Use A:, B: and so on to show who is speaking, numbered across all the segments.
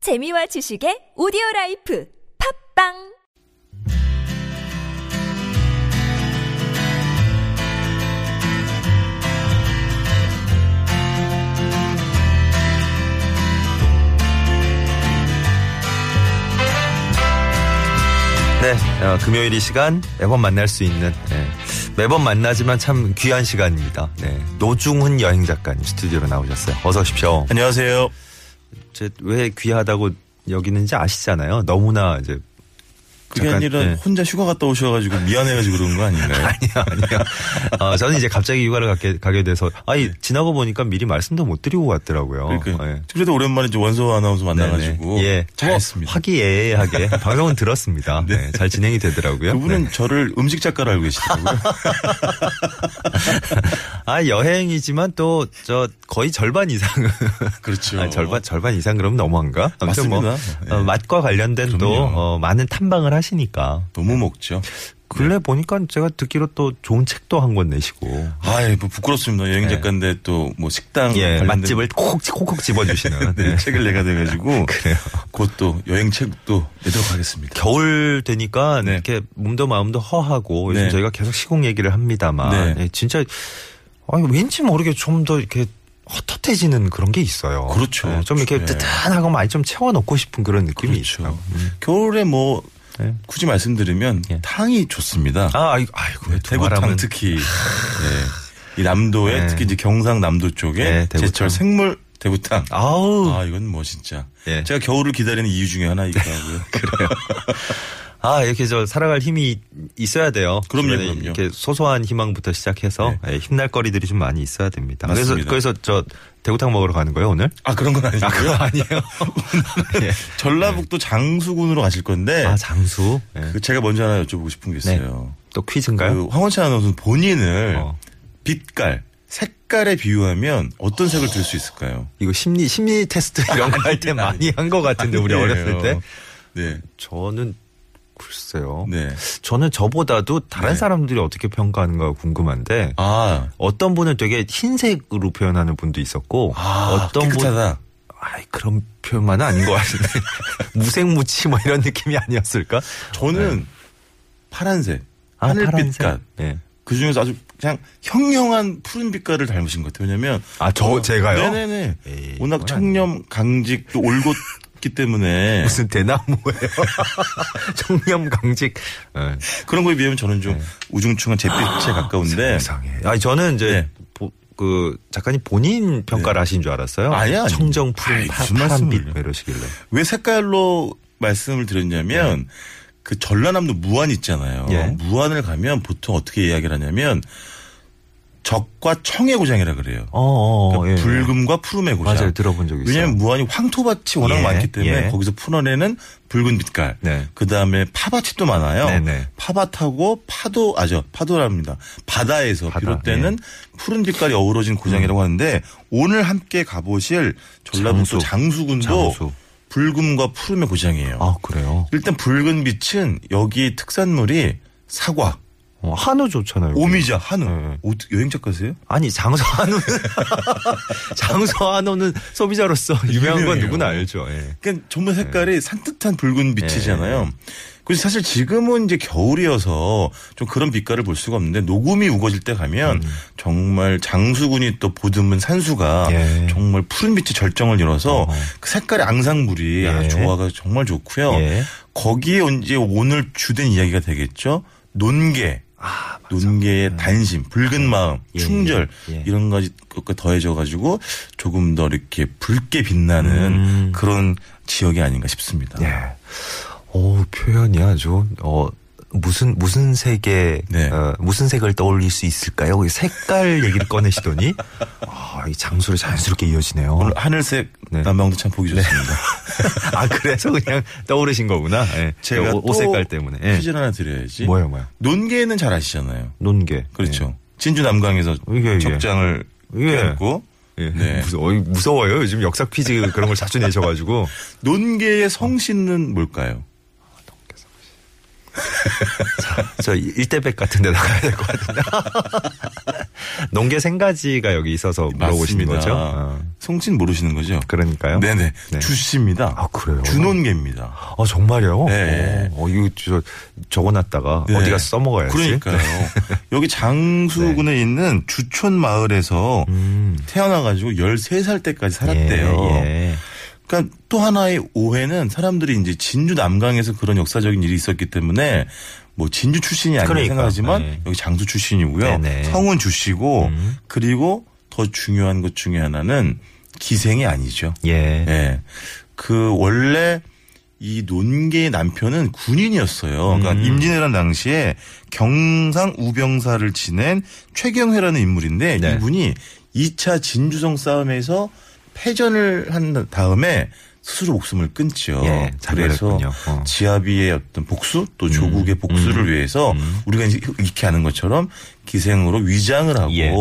A: 재미와 지식의 오디오 라이프 팝빵
B: 네, 어, 금요일 이 시간 매번 만날 수 있는 네, 매번 만나지만 참 귀한 시간입니다. 네, 노중훈 여행 작가님 스튜디오로 나오셨어요. 어서 오십시오.
C: 안녕하세요.
B: 제 왜 귀하다고 여기는지 아시잖아요. 너무나 이제
C: 그게
B: 잠깐,
C: 아니라
B: 예.
C: 혼자 휴가 갔다 오셔가지고 미안해가지고 그런 거 아닌가요?
B: 아니요, 아니요. 어, 저는 이제 갑자기 육아를 갖게, 가게 돼서 아니 지나고 보니까 미리 말씀도 못 드리고 갔더라고요.
C: 네. 그러니까
B: 예.
C: 그래도 오랜만에 이제 원소 아나운서 만나가지고
B: 네네. 예,
C: 잘했습니다.
B: 화기애애하게 방송은 들었습니다. 네, 잘 진행이 되더라고요. 네.
C: 그분은 어, 저를 음식 작가로 알고 계시더라고요.
B: 아 여행이지만 또 저 거의 절반 이상은
C: 그렇죠.
B: 아, 절반 절반 이상 그러면 너무한가? 아무튼 뭐,
C: 맞습니다. 예.
B: 어, 맛과 관련된 또
C: 그럼요.
B: 어, 많은 탐방을 하시니까 예.
C: 너무 먹죠.
B: 근래 보니까 제가 듣기로 또 좋은 책도 한 권 내시고
C: 아이 뭐 부끄럽습니다. 여행
B: 예.
C: 작가인데 또 뭐 식당
B: 예
C: 관련된
B: 맛집을 콕콕 콕콕 집어주시는
C: 네,
B: 네.
C: 책을 내가 돼가지고
B: 그래요.
C: 곧 또 여행 책도 내도록 하겠습니다.
B: 겨울 되니까
C: 네.
B: 이렇게 몸도 마음도 허하고 요즘
C: 네.
B: 저희가 계속 시공 얘기를 합니다만
C: 네.
B: 예, 진짜 아니, 왠지 모르게 좀 더 이렇게 헛헛해지는 그런 게 있어요.
C: 그렇죠.
B: 예, 좀 이렇게
C: 예.
B: 뜨뜻하고 많이 좀 채워넣고 싶은 그런 느낌이
C: 그렇죠.
B: 있어요.
C: 겨울에 뭐
B: 음. 네.
C: 굳이 말씀드리면
B: 예.
C: 탕이 좋습니다.
B: 아, 아이고, 아이고 왜
C: 네, 대구탕
B: 말하면-
C: 특히 예. 이 남도에
B: 네.
C: 특히 이제 경상남도 쪽에
B: 네, 대구탕.
C: 제철 생물 대구탕. 아,
B: 아우
C: 이건 뭐 진짜.
B: 예.
C: 제가 겨울을 기다리는 이유 중에 하나이기도 하고요. 그래요.
B: 아 이렇게 저 살아갈 힘이 있어야 돼요.
C: 그럼요,
B: 주변에
C: 그럼요. 네.
B: 이렇게 소소한 희망부터 시작해서 예, 힘날 거리들이 좀 많이 있어야 됩니다.
C: 맞습니다.
B: 그래서 그래서 저 대구탕 먹으러 가는 거예요 오늘?
C: 아 그런 건 아니고요.
B: 아 그거 아니에요. 예.
C: 전라북도 장수군으로 가실 건데
B: 아 장수. 예.
C: 그 제가 먼저 하나 여쭤보고 싶은 게 있어요.
B: 또 퀴즈인가요?
C: 그 황원찬 아나운서는 본인을
B: 어.
C: 빛깔, 색깔에 비유하면 어떤 색을 들 수 있을까요?
B: 이거 심리 심리 테스트 이런 거 할 때 많이 한 것 같은데 우리
C: 아니에요.
B: 어렸을 때.
C: 네.
B: 저는 글쎄요.
C: 네.
B: 저는 저보다도 다른
C: 네.
B: 사람들이 어떻게 평가하는가 궁금한데
C: 아,
B: 어떤 분은 되게 흰색으로 표현하는 분도 있었고
C: 아
B: 어떤 분
C: 깨끗하다.
B: 아이, 그런 표현만은 아닌 것 같은데. 무색무취 뭐 이런 느낌이 아니었을까?
C: 저는 파란색,
B: 네. 아,
C: 하늘빛깔.
B: 파란색. 예.
C: 그 중에서 아주 그냥 형형한 푸른 빛깔을 닮으신 것 같아요. 왜냐면
B: 아, 저, 제가요?
C: 네네네.
B: 에이,
C: 워낙
B: 그건
C: 청렴, 강직, 또 올곧기 때문에
B: 무슨 대나무예요? 청렴 강직. 예.
C: 그런 거에 비하면 저는
B: 네.
C: 좀 우중충한 잿빛에
B: 아,
C: 가까운데
B: 이상해. 아니, 저는 이제
C: 네.
B: 보- 그 작가님 본인 평가를 하신 줄 알았어요.
C: 아니, 아니.
B: 청정 푸른
C: 아이,
B: 파,
C: 무슨
B: 파란빛
C: 말씀을요.
B: 뭐 이러시길래.
C: 왜 색깔로 말씀을 드렸냐면 그 전라남도 무안 있잖아요.
B: 네. 예.
C: 무안을 가면 보통 어떻게 이야기를 하냐면 적과 청의 고장이라 그래요.
B: 어, 어, 어
C: 그러니까
B: 예.
C: 붉음과 푸름의 고장.
B: 맞아요. 들어본 적이 있어요.
C: 왜냐하면 무안이 황토밭이 워낙
B: 예,
C: 많기 때문에
B: 예.
C: 거기서 풀어내는 붉은 빛깔.
B: 네.
C: 그 다음에 파밭이 또 많아요.
B: 네네.
C: 파밭하고 파도 아죠 파도랍니다. 바다에서
B: 바다, 예. 음.
C: 비롯되는 푸른 빛깔이 어우러진 고장이라고 하는데 오늘 함께 가보실 전라북도 장수. 군도
B: 장수.
C: 붉음과 푸름의 고장이에요.
B: 아, 그래요?
C: 일단 붉은 빛은 여기 특산물이 사과,
B: 어, 한우 좋잖아요. 여기.
C: 오미자, 한우.
B: 네.
C: 어, 여행 작가세요?
B: 아니 장서 한우는 장서 한우는 소비자로서 유명한 건
C: 유명해요.
B: 누구나 알죠. 예.
C: 그러니까 전부 색깔이 산뜻한
B: 네.
C: 붉은 빛이잖아요. 그래서 사실 지금은 이제 겨울이어서 좀 그런 빛깔을 볼 수가 없는데 녹음이 우거질 때 가면 정말 장수군이 또 보듬은 산수가
B: 예.
C: 정말 푸른 빛의 절정을 이뤄서 그 색깔의 앙상블이
B: 예.
C: 아주 조화가 정말 좋고요.
B: 예.
C: 거기에 이제 오늘 주된 이야기가 되겠죠. 논개.
B: 아,
C: 논개의 단심, 붉은 마음,
B: 예,
C: 충절
B: 예, 예.
C: 이런 가지 것과 더해져 가지고 조금 더 이렇게 붉게 빛나는
B: 음.
C: 그런 지역이 아닌가 싶습니다.
B: 예. 오 표현이 아주 어 무슨 무슨 색의
C: 네.
B: 어, 무슨 색을 떠올릴 수 있을까요? 이 색깔 얘기를 꺼내시더니 아, 이 장소를 자연스럽게 이어지네요.
C: 오늘 하늘색
B: 네.
C: 난방도 참 보기 좋습니다.
B: 아 그래서 그냥 떠오르신 거구나. 예.
C: 제가
B: 옷, 옷
C: 또
B: 색깔 때문에. 예.
C: 퀴즈 를 하나 드려야지.
B: 뭐예요, 뭐예요?
C: 논개는 잘 아시잖아요.
B: 논개.
C: 그렇죠. 진주 남강에서
B: 예, 예.
C: 적장을
B: 예.
C: 껴안고
B: 예.
C: 네.
B: 무서워, 무서워요. 요즘 역사 퀴즈 그런 걸 자주 내셔가지고.
C: 논개의 성씨는 뭘까요?
B: 저 일대백 같은 데 나가야 될 것 같은데. 농계 생가지가 여기 있어서 물어보시는
C: 맞습니다.
B: 거죠? 어,
C: 성진 모르시는 거죠?
B: 그러니까요.
C: 네네.
B: 네.
C: 주씨입니다.
B: 아, 그래요?
C: 준혼계입니다.
B: 아 정말요?
C: 네.
B: 어, 어, 이거 저 적어놨다가
C: 네.
B: 어디 가서 써먹어야지. 네.
C: 그러니까요. 여기 장수군에 있는 주촌 마을에서
B: 음.
C: 태어나가지고 13살 때까지 살았대요.
B: 예, 예.
C: 그러니까 또 하나의 오해는 사람들이 이제 진주 남강에서 그런 역사적인 일이 있었기 때문에 뭐 진주 출신이 아니라
B: 그러니까,
C: 생각하지만
B: 네.
C: 여기 장수 출신이고요.
B: 네네. 음.
C: 성은 주시고 그리고 더 중요한 것 중에 하나는 기생이 아니죠.
B: 예.
C: 예. 그 원래 이 논계의 남편은 군인이었어요. 그러니까
B: 음.
C: 임진왜란 당시에 경상 우병사를 지낸 최경회라는 인물인데
B: 네.
C: 이분이 2차 진주성 싸움에서 패전을 한 다음에 스스로 목숨을 끊죠.
B: 예,
C: 그래서
B: 자결했군요. 어. 음.
C: 지아비의 어떤 복수 또 조국의 복수를 위해서 우리가 이제 익히 아는 것처럼 기생으로 위장을 하고
B: 예.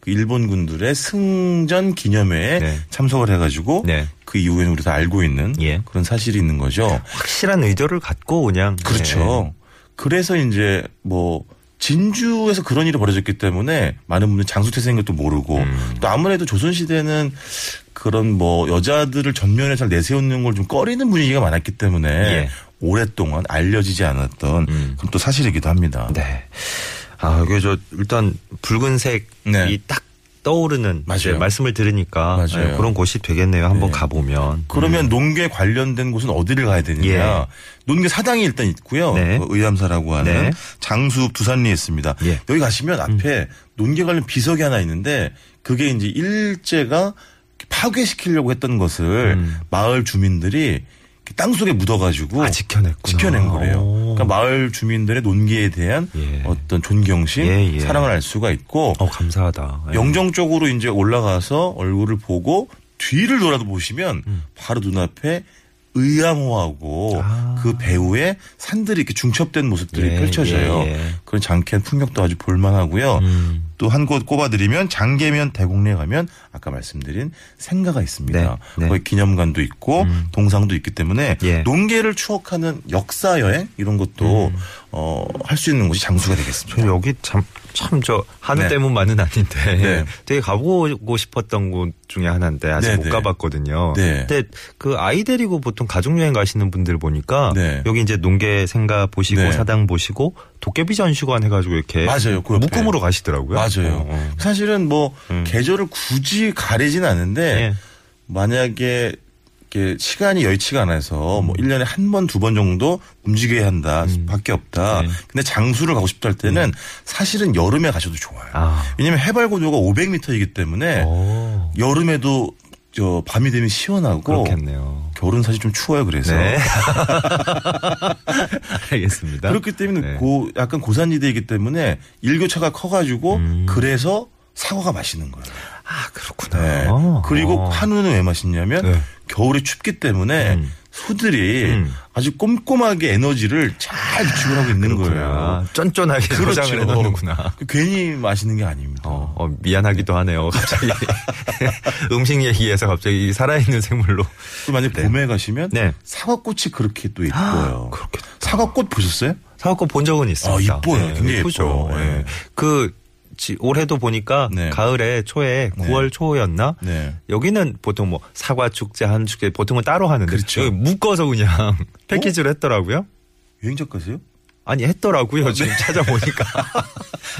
C: 그 일본군들의 승전 기념회에
B: 네.
C: 참석을 해가지고
B: 네.
C: 그 이후에는 우리 다 알고 있는
B: 예.
C: 그런 사실이 있는 거죠.
B: 확실한 의도를 갖고 그냥 예.
C: 그렇죠. 그래서 이제 뭐 진주에서 그런 일이 벌어졌기 때문에 많은 분들이 장수태생인 것도 모르고
B: 음.
C: 또 아무래도 조선시대는 그런 뭐 여자들을 전면에 잘 내세우는 걸 좀 꺼리는 분위기가 많았기 때문에
B: 예. 음.
C: 오랫동안 알려지지 않았던 그럼 또 사실이기도 합니다.
B: 네. 아, 그저 일단 붉은색이
C: 네.
B: 딱 떠오르는
C: 맞아요.
B: 이제 말씀을 들으니까
C: 맞아요.
B: 예, 그런 곳이 되겠네요. 한번 가보면.
C: 그러면 농계 관련된 곳은 어디를 가야
B: 음.
C: 되느냐?
B: 예.
C: 농계 사당이 일단 있고요.
B: 네.
C: 그 의암사라고 하는
B: 네.
C: 장수 부산리에 있습니다.
B: 예. 음.
C: 여기 가시면 앞에 논계 관련 비석이 하나 있는데 그게 이제 일제가 파괴시키려고 했던 것을 마을 주민들이 땅 속에 묻어가지고
B: 음. 아, 지켜냈구나.
C: 지켜낸 거래요.
B: 오.
C: 그러니까 마을 주민들의 논기에 대한
B: 예.
C: 어떤 존경심,
B: 예, 예.
C: 사랑을 알 수가 있고
B: 어, 감사하다. 예.
C: 영정 쪽으로 이제 올라가서 얼굴을 보고 뒤를 돌아도 보시면 바로 눈앞에 의암호하고
B: 음. 아.
C: 그 배후에 산들이 이렇게 중첩된 모습들이
B: 예,
C: 펼쳐져요.
B: 예, 예.
C: 그런 장쾌한 풍경도 아주 볼만하고요.
B: 음.
C: 또 한 곳 꼽아드리면 장계면 대곡리에 가면 아까 말씀드린 생가가 있습니다.
B: 네, 네.
C: 거기 기념관도 있고 동상도 있기 때문에
B: 예.
C: 농계를 추억하는 역사 여행 이런 것도
B: 음.
C: 어, 할 수 있는 곳이 장수가
B: 저
C: 되겠습니다.
B: 여기 참, 참 저 한우
C: 네.
B: 때문만은 아닌데
C: 네.
B: 되게 가보고 싶었던 곳 중에 하나인데 아직
C: 네,
B: 못
C: 네.
B: 가봤거든요.
C: 네.
B: 근데 그 아이 데리고 보통 가족 여행 가시는 분들 보니까
C: 네.
B: 여기 이제 농계 생가 보시고
C: 네.
B: 사당 보시고 도깨비 전시관 해가지고 이렇게
C: 맞아요. 그 옆에.
B: 묶음으로 가시더라고요.
C: 맞아요.
B: 어, 어.
C: 사실은 뭐 계절을 굳이 가리진 않는데
B: 예.
C: 만약에 이렇게 시간이 여의치가 않아서
B: 음.
C: 뭐 1년에 한 번, 두 번 정도 움직여야 한다. 밖에 없다.
B: 네.
C: 근데 장수를 가고 싶다 할 때는 사실은 여름에 가셔도 좋아요. 어.
B: 아. 어.
C: 왜냐면 해발 고도가 500m이기 때문에
B: 네. 오,
C: 여름에도 저 밤이 되면 시원하고
B: 그렇겠네요.
C: 겨울은 사실 좀 추워요. 그래서
B: 네. 알겠습니다.
C: 그렇기 때문에
B: 네.
C: 고 약간 고산지대이기 때문에 일교차가 커가지고
B: 음.
C: 그래서 사과가 맛있는 거예요.
B: 아, 그렇구나.
C: 네.
B: 어.
C: 그리고
B: 어.
C: 한우는 왜 맛있냐면
B: 네.
C: 겨울이 춥기 때문에 소들이
B: 음.
C: 아주 꼼꼼하게 에너지를 잘 비축을 하고 있는 거예요. 그렇죠.
B: 그렇구나. 쫀쫀하게 포장을 해놓는구나.
C: 그 괜히 마시는 게 아닙니다.
B: 어, 어, 미안하기도 하네요. 갑자기 음식 얘기에서 갑자기 살아있는 생물로.
C: 또 만약 에 봄에 가시면
B: 네. 아,
C: 사과꽃이 그렇게 또 예뻐요.
B: 그렇겠다.
C: 사과꽃 보셨어요?
B: 사갖고 본 적은 있습니다.
C: 아, 이뻐요. 굉장히
B: 예쁘죠.
C: 예뻐요.
B: 예.
C: 예.
B: 그 지- 올해도 보니까
C: 네.
B: 가을에 초에 9월 초였나?
C: 네.
B: 여기는 보통 뭐 사과 축제, 한 축제 보통은 따로 하는데
C: 그렇죠.
B: 여기 묶어서 그냥 패키지로 했더라고요.
C: 여행 작가세요?
B: 아니 했더라고요. 지금 찾아보니까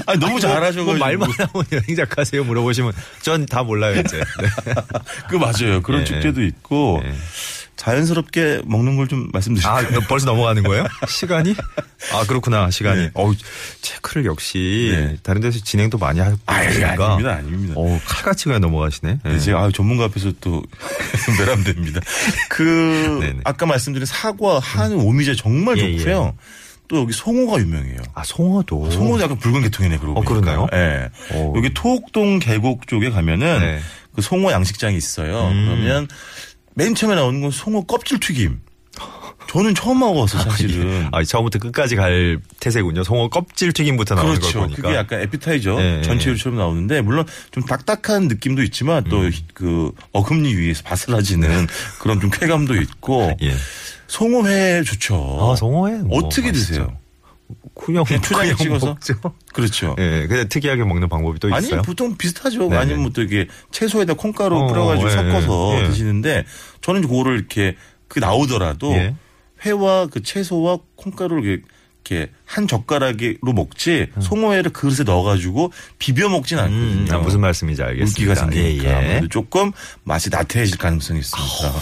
C: 아 네. 너무 잘하셔가지고
B: 뭐 말만 하면 여행 작가세요 물어보시면 전 다 몰라요 이제. 네.
C: 그 맞아요. 그런
B: 예.
C: 축제도 있고
B: 예.
C: 자연스럽게 먹는 걸 좀 말씀드릴게요.
B: 아, 벌써 넘어가는 거예요? 시간이? 아, 그렇구나. 시간이. 어우, 체크를 역시
C: 네.
B: 다른 데서 진행도 많이 하고
C: 아, 예,
B: 있으니까.
C: 아닙니다, 아닙니다.
B: 어우, 칼같이 그냥 넘어가시네. 예.
C: 네, 제가 아유, 전문가 앞에서 또 매람됩니다. 그
B: 네네. 음.
C: 아까 말씀드린 사과, 한우, 오미자 정말
B: 예,
C: 좋고요. 또 여기 송어가 유명해요.
B: 아, 송어도.
C: 송어도 약간 붉은 계통이네 그러고.
B: 어, 그러나요?
C: 보니까. 예.
B: 오.
C: 여기 토옥동 계곡 쪽에 가면은
B: 네. 음.
C: 그 송어 양식장이 있어요. 그러면 맨 처음에 나오는 건 송어 껍질 튀김. 저는 처음 먹어서 사실은.
B: 아, 처음부터 끝까지 갈 태세군요. 송어 껍질 튀김부터 나오는
C: 그렇죠.
B: 걸 아, 보니까.
C: 그게 약간 에피타이저
B: 예, 예.
C: 전체 요리처럼 나오는데 물론 좀 딱딱한 느낌도 있지만
B: 음.
C: 또 그 어금니 위에서 바스라지는 그런 좀 쾌감도 있고
B: 예.
C: 송어회 좋죠.
B: 아, 송어회? 뭐
C: 어떻게
B: 맛있죠.
C: 드세요?
B: 쿠형
C: 그냥 초장에
B: 쿠형
C: 찍어서?
B: 먹죠.
C: 그렇죠.
B: 예, 근데 특이하게 먹는 방법이 또
C: 아니
B: 있어요.
C: 보통 비슷하죠.
B: 네네.
C: 아니면 뭐 또 이렇게 채소에다 콩가루
B: 어,
C: 뿌려가지고
B: 예,
C: 섞어서
B: 예.
C: 드시는데 저는 이제 그거를 이렇게 그 나오더라도
B: 예.
C: 회와 그 채소와 콩가루를 이렇게, 이렇게 한 젓가락으로 먹지 송어회를 그릇에 넣어가지고 비벼 먹진
B: 음,
C: 않거든요.
B: 아, 무슨 말씀인지 알겠습니다.
C: 물기가 생기니까
B: 예, 예.
C: 아무래도 조금 맛이 나태해질 가능성이 있습니다.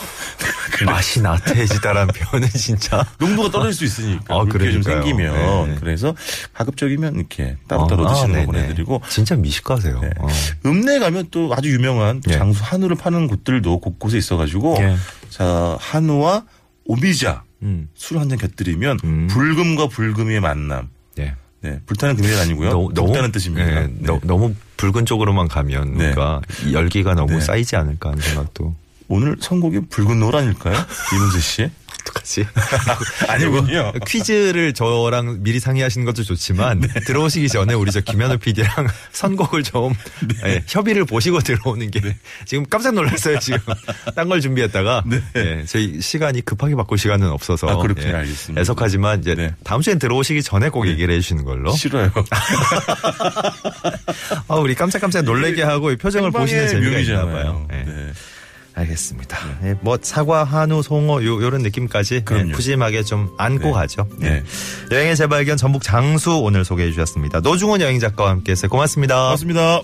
C: 그래.
B: 맛이 나태해지다란 표현은 진짜.
C: 농도가 떨어질 수 있으니까
B: 아,
C: 물기가 좀
B: 그러니까요.
C: 생기면
B: 네, 네.
C: 그래서 가급적이면 이렇게 따로따로 드시는
B: 아, 네네.
C: 거 보내드리고 네.
B: 진짜 미식가세요. 어.
C: 읍내 가면 또 아주 유명한
B: 예.
C: 장수 한우를 파는 곳들도 곳곳에 있어가지고
B: 예.
C: 자 한우와 오미자
B: 음.
C: 술 한 잔 곁들이면
B: 음.
C: 불금과 불금의 만남.
B: 예.
C: 네, 불타는 금리가 아니고요. 높다는 뜻입니다.
B: 예,
C: 네.
B: 너, 무 붉은 쪽으로만 가면
C: 네.
B: 뭔가 이 열기가 너무
C: 네.
B: 쌓이지 않을까 하는 생각도.
C: 오늘 선곡이 붉은 노란일까요, 이문세 씨?
B: 어떡하지?
C: 아니군요.
B: 퀴즈를 저랑 미리 상의하신 것도
C: 네.
B: 좋지만 들어오시기 전에 우리 저 김현우 PD랑 선곡을 좀
C: 네.
B: 예, 협의를 보시고 들어오는 게 지금 깜짝 놀랐어요 지금 딴 걸 준비했다가 예, 저희 시간이 급하게 바꿀 시간은 없어서
C: 네. 아, 그렇군요.
B: 예,
C: 알겠습니다.
B: 애석하지만 이제
C: 네.
B: 다음 주엔 들어오시기 전에 꼭 얘기를 해주시는 걸로
C: 싫어요.
B: 아, 우리 깜짝깜짝 놀래게 하고 이 표정을 보시는
C: 생방의
B: 재미가 있나 봐요.
C: 묘미잖아요.
B: 예.
C: 네.
B: 알겠습니다. 예, 뭐 사과, 한우, 송어 요 요런 느낌까지
C: 그럼요.
B: 예, 푸짐하게 좀 안고
C: 네.
B: 가죠.
C: 네.
B: 예. 여행의 재발견 전북 장수 오늘 소개해 주셨습니다. 노중훈 여행 작가와 함께해서 고맙습니다.
C: 고맙습니다.